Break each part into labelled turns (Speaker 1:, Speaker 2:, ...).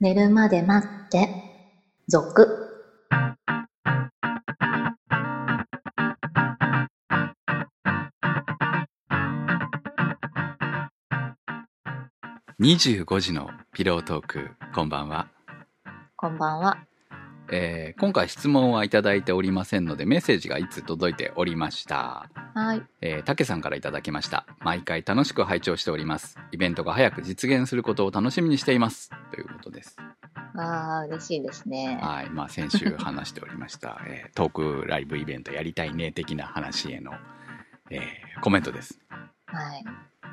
Speaker 1: 寝るまで待って、続。
Speaker 2: 25時のピロートークこんばんは、
Speaker 1: こんばんは。
Speaker 2: えー今回質問はいただいておりませんのでメッセージがいつ届いておりました
Speaker 1: はい。
Speaker 2: えー、たけさんからいただきました毎回楽しく拝聴しておりますイベントが早く実現することを楽しみにしていますということです
Speaker 1: ああ、嬉しいですね。
Speaker 2: はいまあ先週話しておりました、 えートークライブイベントやりたいね的な話への、えーコメントです
Speaker 1: は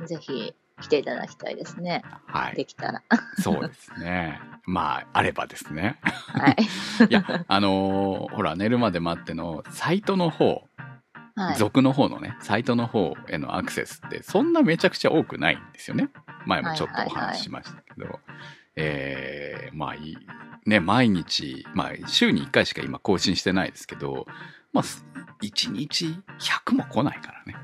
Speaker 1: い。ぜひ来ていただきたいですね。
Speaker 2: はい
Speaker 1: できた ら。
Speaker 2: そうですね。まあ、あればですね。
Speaker 1: はい。
Speaker 2: いや、あのーほら、寝るまで待っての、サイトの方、
Speaker 1: はい。
Speaker 2: 俗の方のね、サイトの方へのアクセスって、そんなめちゃくちゃ多くないんですよね。前もちょっとお話ししましたけど。えーまあいい、ね、毎日、まあ、週に1回しか今更新してないですけど、まあ、1日100も来ないからね。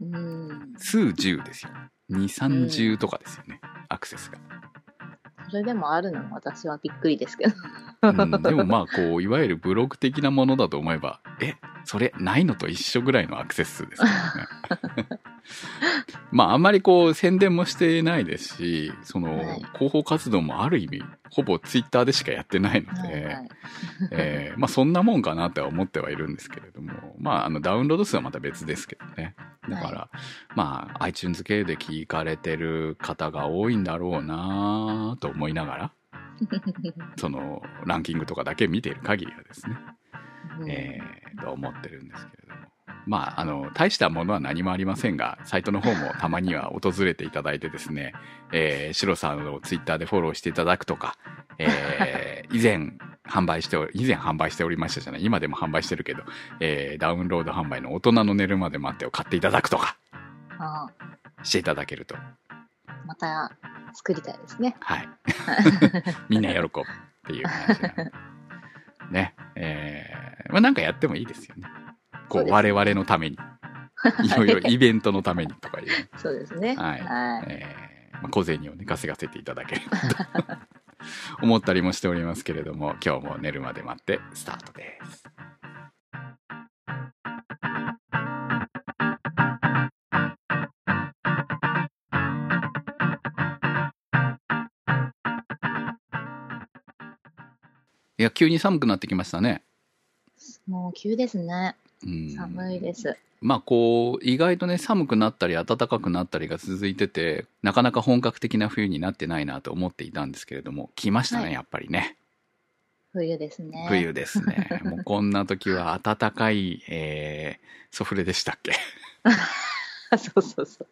Speaker 1: うん。
Speaker 2: 数十ですよ。2、30とかですよね、アクセスが。
Speaker 1: それでもあるの私はびっくりですけど。
Speaker 2: うん、でも まあこういわゆるブログ的なものだと思えばえそれないのと一緒ぐらいのアクセス数ですからね。 まああんまりこう宣伝もしてないですしその
Speaker 1: はい
Speaker 2: 広報活動もある意味ほぼツイッターでしかやってないの
Speaker 1: はいは
Speaker 2: で
Speaker 1: い。
Speaker 2: えーまあそんなもんかなとは思ってはいるんですけれどもまああのダウンロード数はまた別ですけどねだから、まあ iTunes 系で聞かれてる方が多いんだろうなと思いながらそのランキングとかだけ見ている限りはですね、
Speaker 1: うん
Speaker 2: えーと思ってるんですけれどもまああの大したものは何もありませんがサイトの方もたまには訪れていただいてですね、えー、シロさんをツイッターでフォローしていただくとか、え ー以前販売してお以前販売しておりましたじゃない今でも販売してるけど、えーダウンロード販売の「大人の寝るまで待って」を買っていただくとか
Speaker 1: あ
Speaker 2: していただけると
Speaker 1: ーまた作りたいですね。
Speaker 2: はい。みんな喜ぶっていう話なんで。ね。えー、まあなんかやってもいいですよね。
Speaker 1: そ
Speaker 2: こ
Speaker 1: う
Speaker 2: う、
Speaker 1: ですね
Speaker 2: 我々の ために。いろいろイベントのためにとかいう。
Speaker 1: そうですね。
Speaker 2: はい
Speaker 1: はい。
Speaker 2: えーまあ、小銭をね、稼がせていただけれ ばと思ったりもしておりますけれども、今日も寝るまで待って、スタートです。いや、急に寒くなってきましたね。
Speaker 1: もう急ですね。
Speaker 2: うん、
Speaker 1: 寒いです。
Speaker 2: まあこう意外とね寒くなったり暖かくなったりが続いててなかなか本格的な冬になってないなと思っていたんですけれども来ましたね、
Speaker 1: はい
Speaker 2: やっぱりね
Speaker 1: 冬ですね。
Speaker 2: 冬ですねもうこんな時は暖かい、えー、ソフレでしたっけ、
Speaker 1: そうそうそう。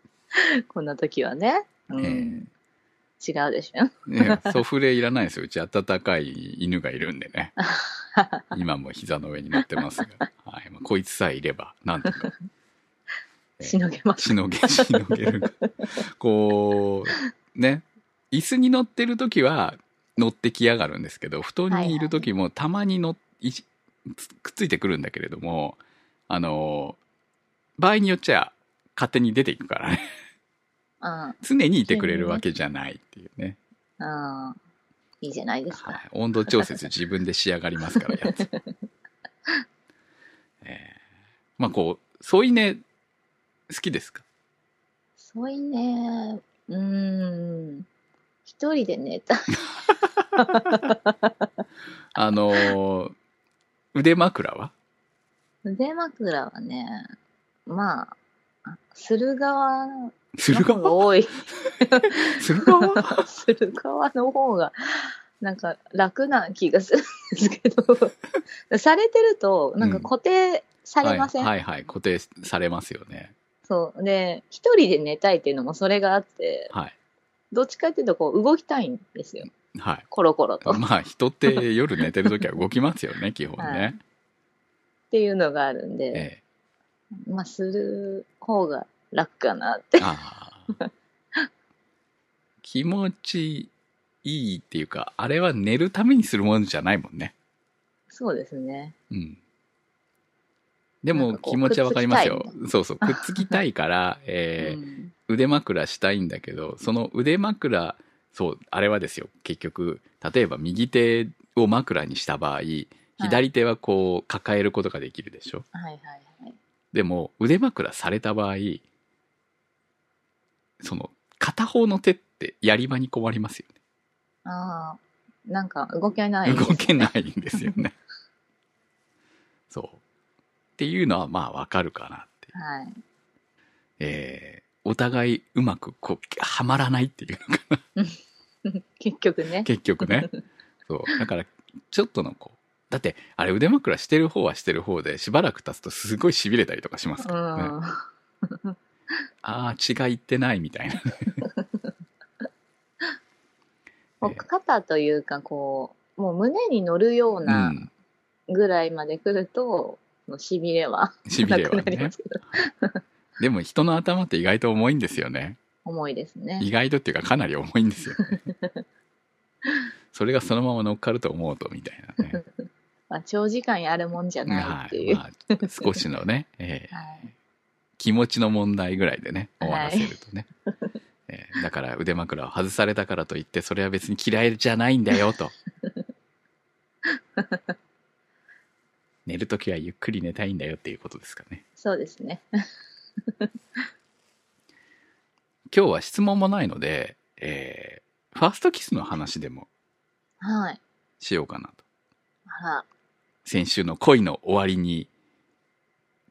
Speaker 1: こんな時はね。うん。
Speaker 2: え
Speaker 1: 違うでしょ。
Speaker 2: ーねソフレいらないですようち暖かい犬がいるんで ね今も膝の上に乗ってますが、はいまあ、こいつさえいればなんとかえー
Speaker 1: しのげます。
Speaker 2: しのげ、 しのげる。こう、ね、椅子に乗ってる時は乗ってきやがるんですけど、布団にいる時もたまに乗っいしつくっついてくるんだけれども、あの、場合によっちゃ勝手に出ていくからね。
Speaker 1: うん。
Speaker 2: 常にいてくれるわけじゃないっていうね。
Speaker 1: うん。いいじゃないです
Speaker 2: は
Speaker 1: か。
Speaker 2: い、温度調節自分で仕上がりますから、やつ。 えーまあこう、添い寝、好きですか
Speaker 1: そういね。うん。一人で寝た。
Speaker 2: あのー腕枕は
Speaker 1: 腕枕はね、まあ、あする側の
Speaker 2: する
Speaker 1: 方が
Speaker 2: 側
Speaker 1: 多い。
Speaker 2: する 側
Speaker 1: する側の方が、なんか楽な気がするんですけど、 されてると、なんか固定されません、
Speaker 2: はい、はいはい固定されますよね。
Speaker 1: そう。で、一人で寝たいっていうのもそれがあって、
Speaker 2: はい。
Speaker 1: どっちかっていうと、こう、動きたいんですよ。
Speaker 2: はい。
Speaker 1: コロコロと。っ
Speaker 2: まあ人って夜寝てる時は動きます よね、基本
Speaker 1: は
Speaker 2: ね。
Speaker 1: ていうのがあるんで、
Speaker 2: え
Speaker 1: まあ、する方が楽かなっ
Speaker 2: え
Speaker 1: て。
Speaker 2: あ あ気持ちいいっていうか、あれは寝るためにするもんじゃないもんね。
Speaker 1: そうですね。
Speaker 2: うん。で
Speaker 1: なん
Speaker 2: も
Speaker 1: かこう
Speaker 2: 気持ちはわかりますよ
Speaker 1: くっつきたい。
Speaker 2: そうそう、くっつきたいから、ええ
Speaker 1: うん
Speaker 2: 腕枕したいんだけどその腕枕そう、あれはですよ、結局、例えば右手を枕にした場合、左手はこう抱えることができるでしょ、
Speaker 1: はいはいはい。
Speaker 2: でも腕枕された場合その片方の手ってやり場に困りますよ
Speaker 1: ああ、なんか動けな
Speaker 2: ね、
Speaker 1: い。
Speaker 2: 動けないんですよね そうっていうのはまあわかるかなって
Speaker 1: はい。
Speaker 2: えーお互いうまくこうはまらないっていうのが
Speaker 1: 結局ね。
Speaker 2: 結局ねそうだからちょっとのこうだってあれ腕枕してる方はしてる方でしばらく経つとすごいしびれたりとかします
Speaker 1: う
Speaker 2: からね、
Speaker 1: ん。
Speaker 2: ああ血がいってないみたいな
Speaker 1: もう肩というか、こう、もう胸に乗るよう
Speaker 2: う
Speaker 1: なんぐらいまで来ると、もうしびれは
Speaker 2: しびれは
Speaker 1: なくなり
Speaker 2: ね
Speaker 1: ますけど、
Speaker 2: でも人の頭って意外と重いんですよね。
Speaker 1: 重いですね。
Speaker 2: 意外とっていうかかなり重いんですよ、ね。それがそのまま乗っかると思うとみたいなね。
Speaker 1: まあ、長時間やるもんじゃ ない
Speaker 2: は
Speaker 1: ってい
Speaker 2: い。
Speaker 1: う。
Speaker 2: まあ少しのね、えー
Speaker 1: はい
Speaker 2: 気持ちの問題ぐらいでね、終わらせるとね。 えーだから腕枕を外されたからといって、それは別に嫌いじゃないんだよと。寝るときはゆっくり寝たいんだよっていうことですかね。
Speaker 1: そうですね。
Speaker 2: 今日は質問もないので、えーファーストキスの話でも
Speaker 1: はい。
Speaker 2: しようかなと。
Speaker 1: あら、
Speaker 2: 先週の恋の終わりに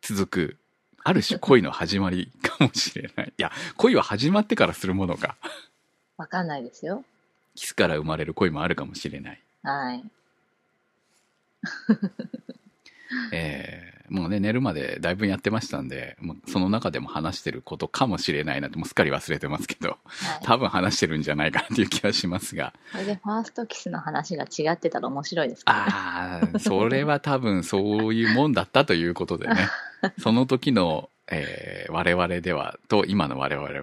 Speaker 2: 続く、ある種恋の始まりかもしれない。いや、恋は始まってからするものか。
Speaker 1: わかんないですよ。
Speaker 2: キスから生まれる恋もあるかもしれない。
Speaker 1: はい。
Speaker 2: えーもうね、寝るまでだいぶやってましたんで、もうその中でも話してることかもしれないなって、もうすっかり忘れてますけど、
Speaker 1: はい。
Speaker 2: 多分話してるんじゃないかなっていう気はしますが、
Speaker 1: これでファーストキスの話が違ってたら面白いですね。
Speaker 2: ああ、それは多分そういうもんだったということでね。その時の、えー我々では、と今の我々は、違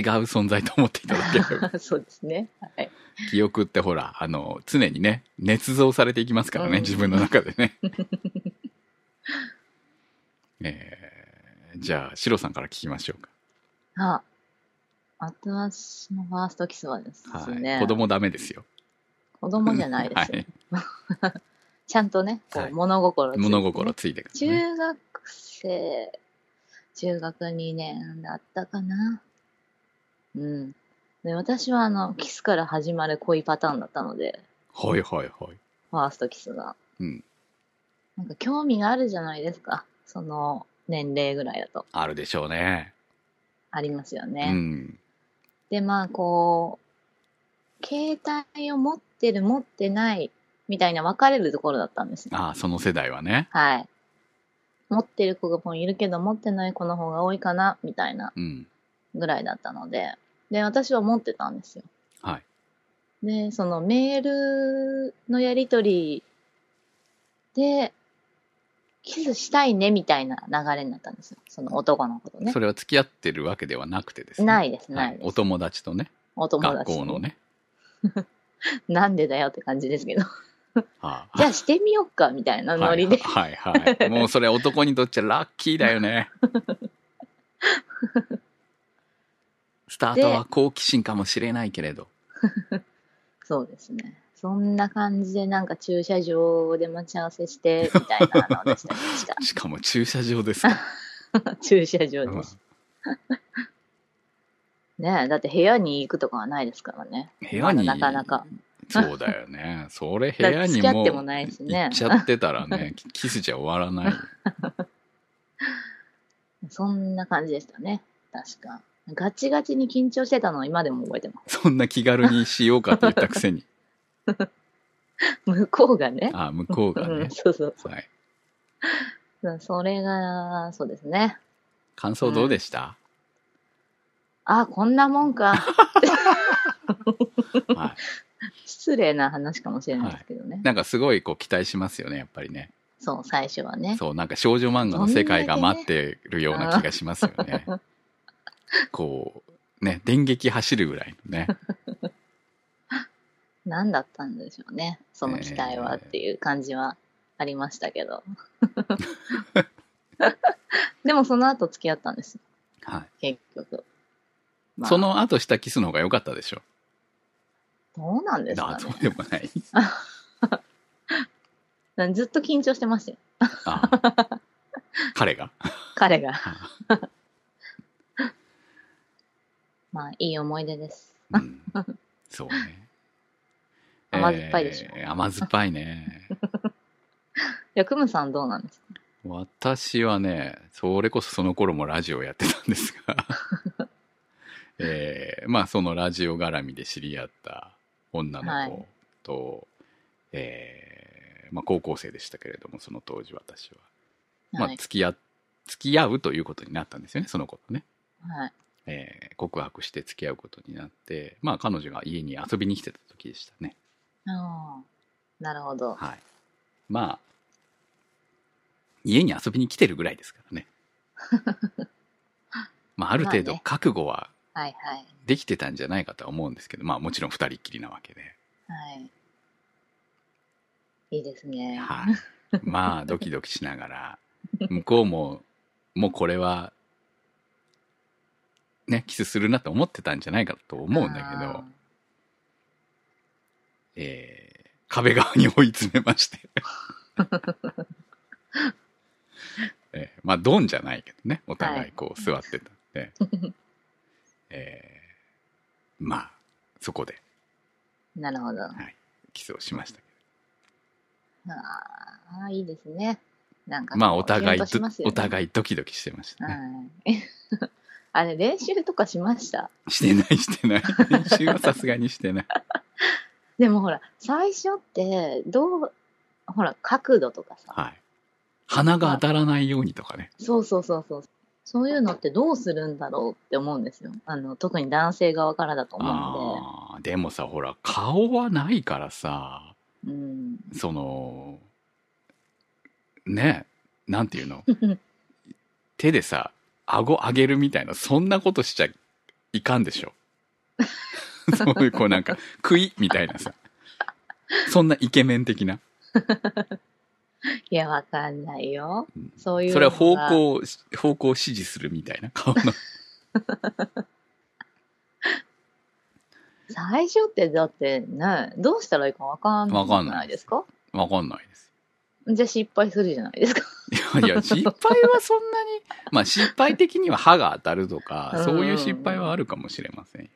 Speaker 2: う存在と思っていただけれ ば。
Speaker 1: そうですね。はい。
Speaker 2: 記憶ってほら、あの、常にね、捏造されていきますからね、
Speaker 1: うん
Speaker 2: 自分の中でね。 えーじゃあ、シロさんから聞きましょうか。
Speaker 1: あ、私のファーストキスはです
Speaker 2: はい。
Speaker 1: ね、
Speaker 2: 子供ダメですよ。
Speaker 1: 子供じゃないですよ。
Speaker 2: はい。
Speaker 1: ちゃんとね、こ
Speaker 2: はいう
Speaker 1: 物心ついてね、
Speaker 2: 物心ついてから、ね。
Speaker 1: 中学生、中学2年だったかな。うん。で、私はあの、キスから始まる恋パターンだったので、
Speaker 2: はいはいはい。
Speaker 1: ファーストキスが。
Speaker 2: うん。
Speaker 1: なんか興味があるじゃないですか。その年齢ぐらいだと。
Speaker 2: あるでしょうね。
Speaker 1: ありますよね。
Speaker 2: うん。
Speaker 1: で、まあ、こう、携帯を持ってる、持ってない、みたいな分かれるところだったんですね。
Speaker 2: ああ、その世代はね。
Speaker 1: はい。持ってる子がもういるけど、持ってない子の方が多いかな、みたいな
Speaker 2: うん。
Speaker 1: ぐらいだったので、で、私は持ってたんですよ。
Speaker 2: はい。
Speaker 1: で、そのメールのやりとりで、キスしたいね、みたいな流れになったんですよ。その男の子とね
Speaker 2: そ。れは付き合ってるわけではなくてですね。、
Speaker 1: ないいです、ないで
Speaker 2: お
Speaker 1: す。
Speaker 2: 友達とね、
Speaker 1: お友達
Speaker 2: 学校の。ね。
Speaker 1: なんでだよって感じですけど。
Speaker 2: は
Speaker 1: じゃあしてみよっか、みたいな
Speaker 2: あ
Speaker 1: ノリで。
Speaker 2: はいはいはいはい。もうそれ男にとっちゃラッキーだ よね。スタートは好奇心かもしれないけれど。
Speaker 1: そうですね。そんな感じで、なんか駐車場で待ち合わせして、みたいなのでしたりまし
Speaker 2: しかも駐車場ですか。
Speaker 1: た。駐車場です。ねえ、だって部屋に行くとかはないですからね。
Speaker 2: 部屋に
Speaker 1: まだなかなか。
Speaker 2: そうだよね。それ部屋に
Speaker 1: だって付き合
Speaker 2: も
Speaker 1: ってもないしね
Speaker 2: 行っちゃってたらね、キスじゃ終わらない。
Speaker 1: そんな感じでしたね。確か。ガチガチに緊張してたのを今でも覚えてます。
Speaker 2: そんな気軽にしようかと言ったくせ に。
Speaker 1: 向こうがね。
Speaker 2: ああ、向こうが
Speaker 1: う
Speaker 2: ね
Speaker 1: ん、。そうそう
Speaker 2: はい。
Speaker 1: そう。それが、そうですね。
Speaker 2: 感想どうでした、
Speaker 1: あ、こんなもん か。
Speaker 2: はい。
Speaker 1: 失礼な話かもしれないですけどね。
Speaker 2: なんかすごいこう期待しますよね、やっぱりね。
Speaker 1: そう、最初はね。
Speaker 2: そう、なんか少女漫画の世界が待ってるような気がしますよ ね。こう、ね、電撃走るぐらいのね。
Speaker 1: 何だったんでしょうね。その期待はっていう感じはありましたけ ど。でもその後付き合ったんですよ、
Speaker 2: はい。
Speaker 1: 結局。まあ
Speaker 2: その後したキスの方が良かったでしょ。
Speaker 1: どうなんです
Speaker 2: あ
Speaker 1: か
Speaker 2: そ
Speaker 1: ね
Speaker 2: うでもない。
Speaker 1: なんずっと緊張してましたよ。
Speaker 2: あ 彼が。
Speaker 1: 彼が。まあ、いい思い出です。
Speaker 2: うん、そうね。
Speaker 1: 甘酸っぱいでしょ
Speaker 2: えー甘酸っぱいね。
Speaker 1: いや、クムさんどうなんですか
Speaker 2: 私はね、それこそその頃もラジオやってたんですが、 えーまあそのラジオ絡みで知り合った女の子と、えーまあ高校生でしたけれども、その当時私は。まあ
Speaker 1: はい。
Speaker 2: 付き合、付き合うということになったんですよね、その子とね。
Speaker 1: はい。
Speaker 2: えー告白して付き合うことになって、まあ彼女が家に遊びに来てた時でしたね。
Speaker 1: あーなるほど。
Speaker 2: はい。まあ、家に遊びに来てるぐらいですか らね。まあ、ある程
Speaker 1: まあ
Speaker 2: 度
Speaker 1: ね
Speaker 2: 覚悟は
Speaker 1: はいはい。
Speaker 2: できてたんじゃないかとは思うんですけど、まあ、もちろん二人っきりなわけで。
Speaker 1: はい。いいですね。
Speaker 2: はい。まあ、ドキドキしな がら、向こうも、もうこれは、ね、キスするなと思ってたんじゃないかと思うんだけ
Speaker 1: あ
Speaker 2: ど、えー壁側に追い詰め まして。えーまあ、ドンじゃないけどね、お互いこう座ってたんで、えーまあ、そこで
Speaker 1: ーなるほど。あ
Speaker 2: キスをしましたけ
Speaker 1: あ、いいですね。なんかこ
Speaker 2: ど、
Speaker 1: う、
Speaker 2: まあ、お互い
Speaker 1: キュンとしますよ
Speaker 2: お
Speaker 1: ね
Speaker 2: 互いドキドキしてましたね。
Speaker 1: はい。 あれ、練習とかしました
Speaker 2: してない、してない。練習はさすがにして ない。
Speaker 1: でもほら、最初って、どう、ほら、角度とかさ、
Speaker 2: はい。鼻が当たらないようにとかね。
Speaker 1: そうそうそうそう。そういうのってどうするんだろうって思うんですよ。あの、特に男性側からだと思うん
Speaker 2: ああー、でもさ、ほら、顔はないからさ、
Speaker 1: で。うん。
Speaker 2: そのねなんていうの手でさ顎上げるみたいなそんなことしちゃいかんでしょそういうこうなんか食いみたいなさそんなイケメン的ない
Speaker 1: や、わかんないよ。そういう
Speaker 2: それ
Speaker 1: の
Speaker 2: は
Speaker 1: が。
Speaker 2: 方向を方向を指示するみたいな顔の
Speaker 1: 最初ってだってね、どうしたらいいかわかん
Speaker 2: わかんな
Speaker 1: ないい
Speaker 2: で
Speaker 1: ですすか
Speaker 2: わかんないです
Speaker 1: じゃあ失敗するじゃないですか。
Speaker 2: いやいや失敗はそんなにまあ失敗的には歯が当たるとか
Speaker 1: うん
Speaker 2: そういう失敗はあるかもしれませんよ、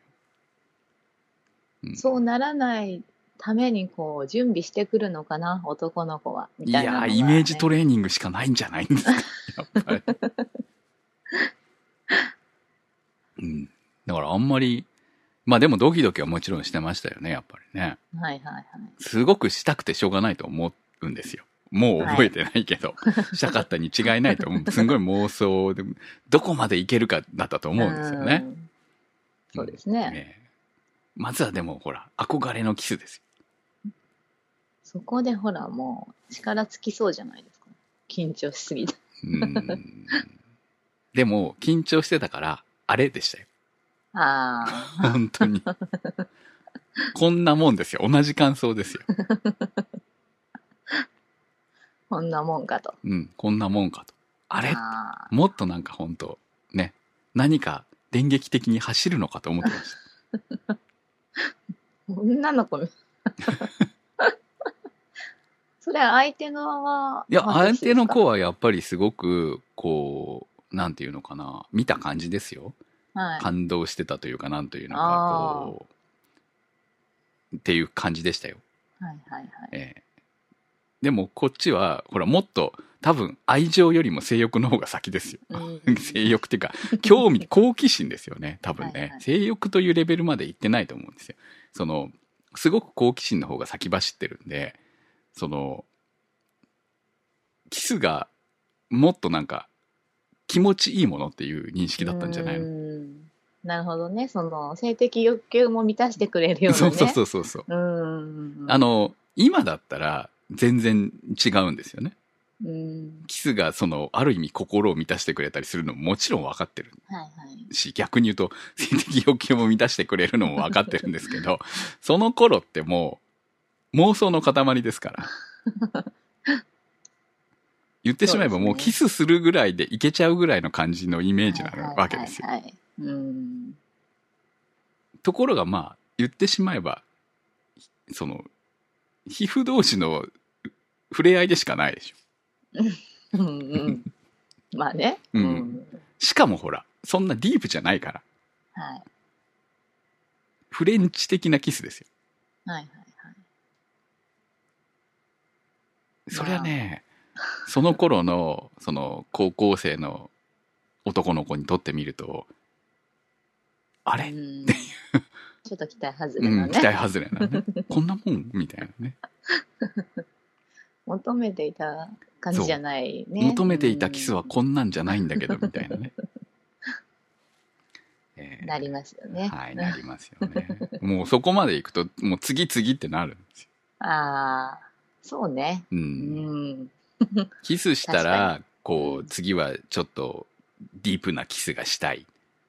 Speaker 2: うん
Speaker 1: そうならないためにこう準備してくるのかな、男の子は。み
Speaker 2: い
Speaker 1: たいなのが
Speaker 2: や
Speaker 1: ね、
Speaker 2: イメージトレーニングしかないんじゃないんですかやっぱり。うん。だからあんまり、まあでもドキドキはもちろんしてましたよね、やっぱりね。
Speaker 1: はいはいはい。
Speaker 2: すごくしたくてしょうがないと思うんですよ。もう覚えてないけど、したかったに違いないと思う。すんごい妄想で、どこまでいけるかだったと思うんですよね。
Speaker 1: んそうですね。
Speaker 2: ねまずはでもほら、憧れのキスですよ。
Speaker 1: そこでほらもう力尽きそうじゃないですか。緊張しすぎて。
Speaker 2: うん。でも、緊張してたから、あれでしたよ。
Speaker 1: あ あ、
Speaker 2: 本当に。こんなもんですよ。同じ感想ですよ。
Speaker 1: こんなもんかと。
Speaker 2: うん、こんなもんかと。あれ
Speaker 1: あ
Speaker 2: もっとなんか本当ね、何か電撃的に走るのかと思ってまし
Speaker 1: ー女の子み それは相手側は。
Speaker 2: た。いや、
Speaker 1: まあ
Speaker 2: 相手の
Speaker 1: ど
Speaker 2: 子はやっぱりすごく、こう、なんていうのかな、見た感じですよ。
Speaker 1: はい。
Speaker 2: 感動してたというか、なんというのか、こう、っていう感じでしたよ。
Speaker 1: はいはいはい。
Speaker 2: ええでもこっちは、ほら、もっと、多分、愛情よりも性欲の方が先ですよ。
Speaker 1: うん
Speaker 2: 性欲っていうか、興味、好奇心ですよね、多分ね。
Speaker 1: はいはい
Speaker 2: 性欲というレベルまで行ってないと思うんですよ。その、すごく好奇心の方が先走ってるんで、その、キスがもっとなんか、気持ちいいものっていう認識だったんじゃないうの、
Speaker 1: んなるほどね。その性的欲求も満たしてくれるような、
Speaker 2: そ
Speaker 1: ね。
Speaker 2: う そうそうそうそう。
Speaker 1: うーん。
Speaker 2: あの、今だったら、全然違うんですよね。
Speaker 1: うん。
Speaker 2: キスがその、ある意味心を満たしてくれたりするのももちろん分かってる
Speaker 1: はいはい。
Speaker 2: し、逆に言うと、 性的欲求も満たしてくれるのも分かってるんです けど、その頃ってもう、妄想の塊ですから。 言ってしまえばも
Speaker 1: そううですね
Speaker 2: キスするぐらいでいけちゃうぐらいの感じのイメージな
Speaker 1: はいはい
Speaker 2: わけですよ。
Speaker 1: はいはい。うん。
Speaker 2: ところがまあ、言ってしまえば、その、皮膚同士の触れ合いでしかないでしょ。
Speaker 1: うんうん。まあね。
Speaker 2: うんしかもほら、そんなディープじゃないから、
Speaker 1: はい。
Speaker 2: フレンチ的なキスですよ。
Speaker 1: はいはいはい。
Speaker 2: そりゃね、 その頃の、その、高校生の男の子にとってみると、あ れ
Speaker 1: うんちょっと期待外れ
Speaker 2: う
Speaker 1: のね
Speaker 2: ん、期、待外れなね。 こんなもんみたいなね。
Speaker 1: 求めていた感じじゃないね。
Speaker 2: 求めていたキスは
Speaker 1: うん
Speaker 2: こんなんじゃないんだけど、みたいな ね。えー
Speaker 1: なりますよね。
Speaker 2: はい、なりますよね。もうそこまで行くと、もう次々ってなるんですよ。
Speaker 1: ああ、そうね。
Speaker 2: う。
Speaker 1: うんん。
Speaker 2: キスした
Speaker 1: 確
Speaker 2: ら、こう、次はちょっとディープなキスがしたい。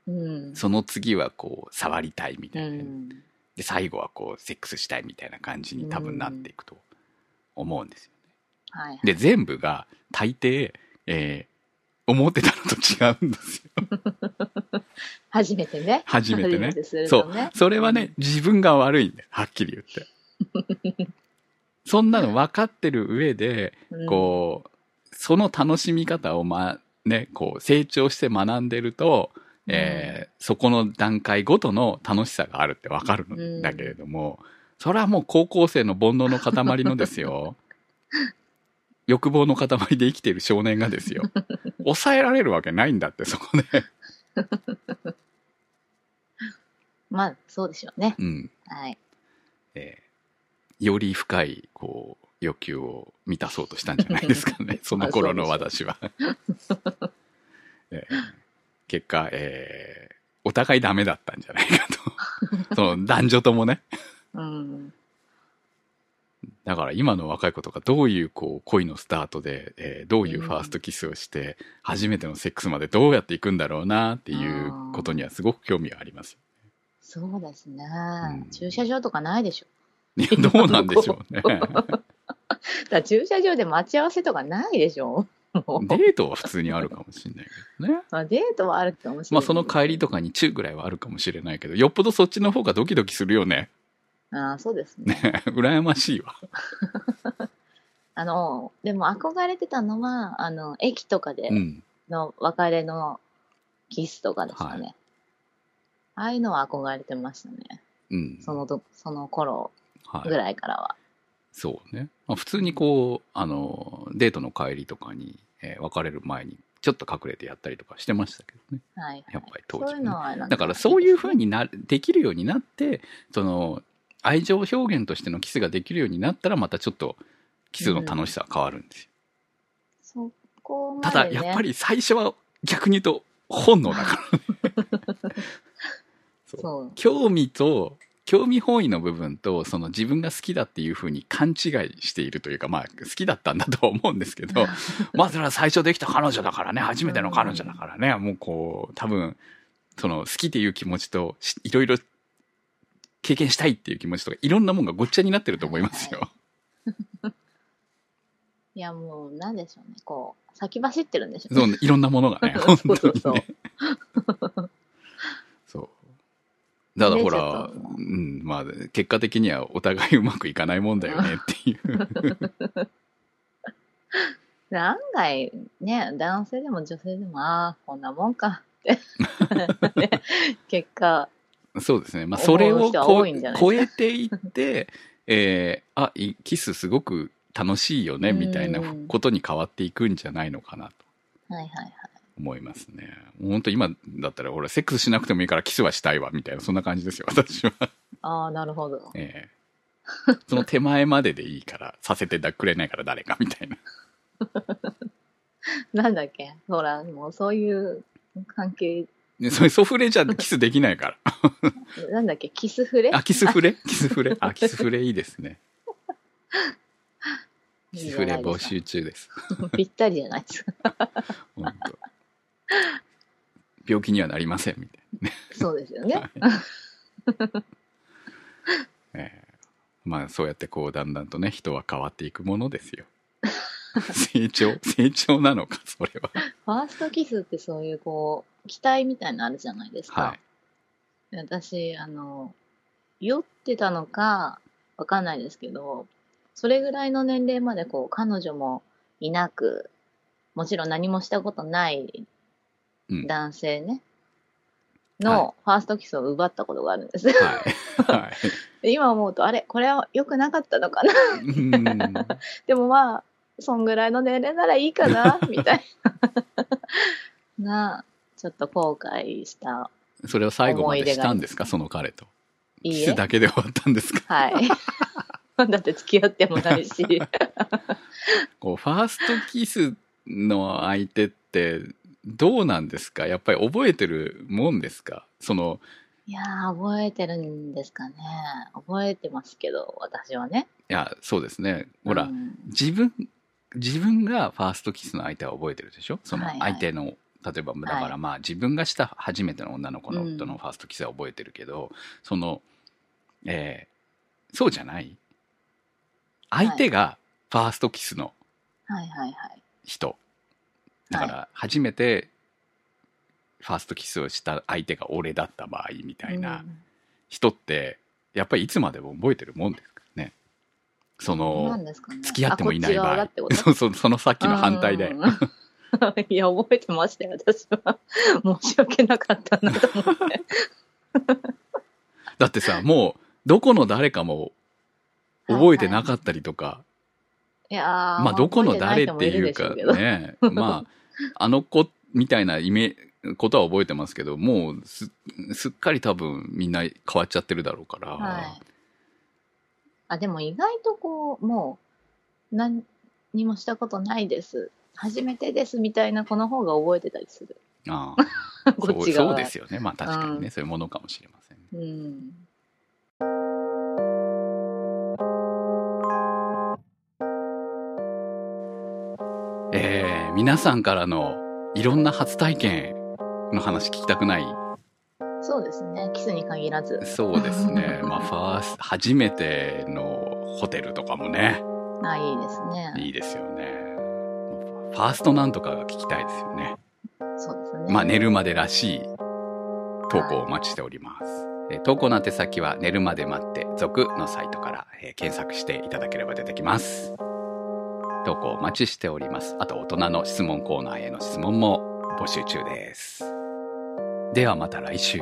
Speaker 1: うん。
Speaker 2: その次はこう、触りたいみ
Speaker 1: う
Speaker 2: たいなね。
Speaker 1: ん。
Speaker 2: で、最後はこう、セックスしたいみたいな感じに多分なっていくと思うんですよ。
Speaker 1: はいはい。
Speaker 2: で、全部が大抵、えー思ってたのと違うんですよ。
Speaker 1: 初めてね。
Speaker 2: 初めてね
Speaker 1: 初するとね。
Speaker 2: それはね、自分が悪いんだよ。はっきり言って。そんなの分かってる上で、
Speaker 1: うん、
Speaker 2: こう、その楽しみ方をま、ね、こう、成長して学んでると、えーそこの段階ごとの楽しさがあるって分かるんだけれども、それはもう高校生の煩悩の塊ので すよ。欲望の塊で生きている少年がですよ。抑えられるわけないんだって、そこで。
Speaker 1: まあ、そうでしょうね。
Speaker 2: うん。
Speaker 1: はい。
Speaker 2: えーより深いこう欲求を満たそうとしたんじゃないです かねその頃の私は、 えー結果、えーお互いダメだったんじゃないか とその男女ともね
Speaker 1: うん。
Speaker 2: だから今の若い子とかどういうこう恋のスタートで、えーどういうファーストキスをして、初めてのセックスまでどうやっていくんだろうなっていうことにはすごく興味はありますよ。
Speaker 1: そうですね、
Speaker 2: ん
Speaker 1: 駐車場とかないでしょ。
Speaker 2: いやどうなんでしょうね。
Speaker 1: だから駐車場で待ち合わせとかないでしょ。もう
Speaker 2: デートは普通にあるかもしれないけどね。
Speaker 1: まあ、デートはあるかもしれ
Speaker 2: ま
Speaker 1: ない。
Speaker 2: あその帰りとかにチューぐらいはあるかもしれないけど、よっぽどそっちの方がドキドキするよね。
Speaker 1: ああ、そうですね。
Speaker 2: 羨ましいわ。
Speaker 1: あの、でも憧れてたのは、あの、駅とかで
Speaker 2: うん。
Speaker 1: の別れのキスとかですかね。ああいうのは憧れてましたね。
Speaker 2: うん。
Speaker 1: そのど、その頃ぐ
Speaker 2: はい。
Speaker 1: らいからは。
Speaker 2: そうね。まあ、普通にこう、あの、デートの帰りとかに、えー別れる前に、ちょっと隠れてやったりとかしてましたけどね。
Speaker 1: はい、はい。
Speaker 2: やっぱり当時、ね。
Speaker 1: そういうのはなん
Speaker 2: だからそういうふう
Speaker 1: に。
Speaker 2: になるできるようになって、その、愛情表現としてのキスができるようになったら、またちょっと、キスの楽しさは変わるんですよ。
Speaker 1: そこま
Speaker 2: た
Speaker 1: で、ね。
Speaker 2: だ、やっぱり最初は逆に言うと、本能 だから。そう
Speaker 1: そう。
Speaker 2: 興味と興味本位の部分とその自分が好きだっていうふうに勘違いしているというかまあ好きだったんだとは思うんですけどまあそれは最初できた彼女だからね初めての彼女だからねもうこう多分その好きっていう気持ちとしいろいろ経験したいっていう気持ちとかいろんなもんがごっちゃになってると思いますよ。
Speaker 1: いや、もう、なんでしょうね。こう、先走ってるんでしょ
Speaker 2: そう
Speaker 1: ね。
Speaker 2: ねいろんなものがね
Speaker 1: そ
Speaker 2: 本
Speaker 1: うそう
Speaker 2: 当
Speaker 1: そう
Speaker 2: にね。そう。ただほ
Speaker 1: ねちょ
Speaker 2: ら
Speaker 1: っ、と
Speaker 2: うん、まあ、結果的にはお互いうまくいかないもんだよねっていう。
Speaker 1: で案外、ね、男性でも女性でも、ああ、こんなもん かって。ね結果、
Speaker 2: そうですね。まあ、
Speaker 1: 思
Speaker 2: そうれを
Speaker 1: 人は
Speaker 2: こ
Speaker 1: 多いんじゃない
Speaker 2: 超えていって、えーあ、いキスすごく楽しいよね、
Speaker 1: うん
Speaker 2: みたいなことに変わっていくんじゃないのかなと
Speaker 1: はいはいはい。
Speaker 2: 思いますね。本当今だったら、俺、セックスしなくてもいいからキスはしたいわ、みたいな、そんな感じですよ、 私は。
Speaker 1: ああ、なるほど。
Speaker 2: えーその手前まででいいから、させてくれないから誰か、みたいな。
Speaker 1: なんだっけほら、もうそういう関係、
Speaker 2: でそういうソフレじゃキスできないから。
Speaker 1: なんだっけキスフレ
Speaker 2: あ、キス フレキスフレあ、キスフレいいですね。キスフレ募。
Speaker 1: いい
Speaker 2: 集中です。
Speaker 1: じゃないですかぴったりじゃないですか。
Speaker 2: 本当病気にはなりませんみたい
Speaker 1: そうですよね。
Speaker 2: な、 ええまあそうやってこうだんだんとね人は変わっていくものです よ成長成長なのかそれは
Speaker 1: ファーストキスってそういう、こう、期待みたいなのあるじゃないですか。
Speaker 2: はい
Speaker 1: 私、あの、酔ってたのか、わかんないですけど、それぐらいの年齢までこう、彼女もいなく、もちろん何もしたことない
Speaker 2: うん
Speaker 1: 男性ね、
Speaker 2: は
Speaker 1: のファーストキスを奪ったことがあるんです。
Speaker 2: はい。はい。
Speaker 1: 今思うと、あれこれは良くなかったのかな
Speaker 2: うん
Speaker 1: でもまあ、そんぐらいの年齢ならいいかなみたいな。なあ、 ちょっと後悔した。
Speaker 2: それを最後までしたんですか、その彼と。
Speaker 1: い
Speaker 2: キ
Speaker 1: い
Speaker 2: ス
Speaker 1: え。
Speaker 2: だけで終わったんですか。
Speaker 1: はい。 だって付き合っても ないし。
Speaker 2: こう、ファーストキスの相手って、どうなんですかやっぱり覚えてるもんですかその、
Speaker 1: いやー、覚えてるんですかね。覚えてますけど、私はね。
Speaker 2: いや、そうですね。ほら、
Speaker 1: うん
Speaker 2: 自分、自分がファーストキスの相手は覚えてるでしょその
Speaker 1: はいはい
Speaker 2: 相手の、例えば、だからまあ自分がした初めての女の子のとのファーストキスは覚えてるけど、その、えーそうじゃない相手がファーストキスの
Speaker 1: はいはいはい。
Speaker 2: 人。だから、初めて、ファーストキスをした相手が俺だった場合みたいな人って、やっぱりいつまでも覚えてるもんですからね。そ
Speaker 1: うん。
Speaker 2: の
Speaker 1: な、んですかね。
Speaker 2: 付き合ってもいない
Speaker 1: あこっち側
Speaker 2: 場
Speaker 1: が
Speaker 2: 合
Speaker 1: ってこと
Speaker 2: そうそうそのさっきの反対で
Speaker 1: うん。 いや、覚えてましたよ、私は。申し訳なかったなと思って。
Speaker 2: だってさもうどこの誰かも 覚えてなかったりとか、
Speaker 1: いやー
Speaker 2: まあどこの誰っていう
Speaker 1: 覚
Speaker 2: か
Speaker 1: えてない人もるでしょうけど
Speaker 2: ねまああ の子みたいなイメことは覚えてますけどもうすすっかり多分みんな変わっちゃってるだろうから、
Speaker 1: はい。あ、でも意外とこう、もう、何にもしたことないです。初めてですみたいな子の方が覚えてたりする。
Speaker 2: あ あ
Speaker 1: こ
Speaker 2: そ
Speaker 1: っ
Speaker 2: う
Speaker 1: ち側
Speaker 2: そうですよねまあ確かにね、
Speaker 1: うん
Speaker 2: そういうものかもしれませんね
Speaker 1: うん。
Speaker 2: えー皆さんからのいろんな初体験の話聞きたくない
Speaker 1: そうですね。キスに限らず。
Speaker 2: そうですね。まあ、ファース初めてのホテルとかもね、
Speaker 1: あ、いいですね。
Speaker 2: いいですよね。ファーストなんとかが聞きたいですよね。
Speaker 1: そうですね。
Speaker 2: まあ、寝るまでらしい投稿をお待ちしております。えー投稿の宛先は、寝るまで待って、続のサイトから、えー検索していただければ出てきます。投稿お待ちしております。あと、大人の質問コーナーへの質問も募集中です。ではまた来週。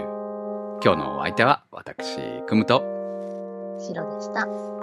Speaker 2: 今日のお相手は、私、くむと、
Speaker 1: 白でした。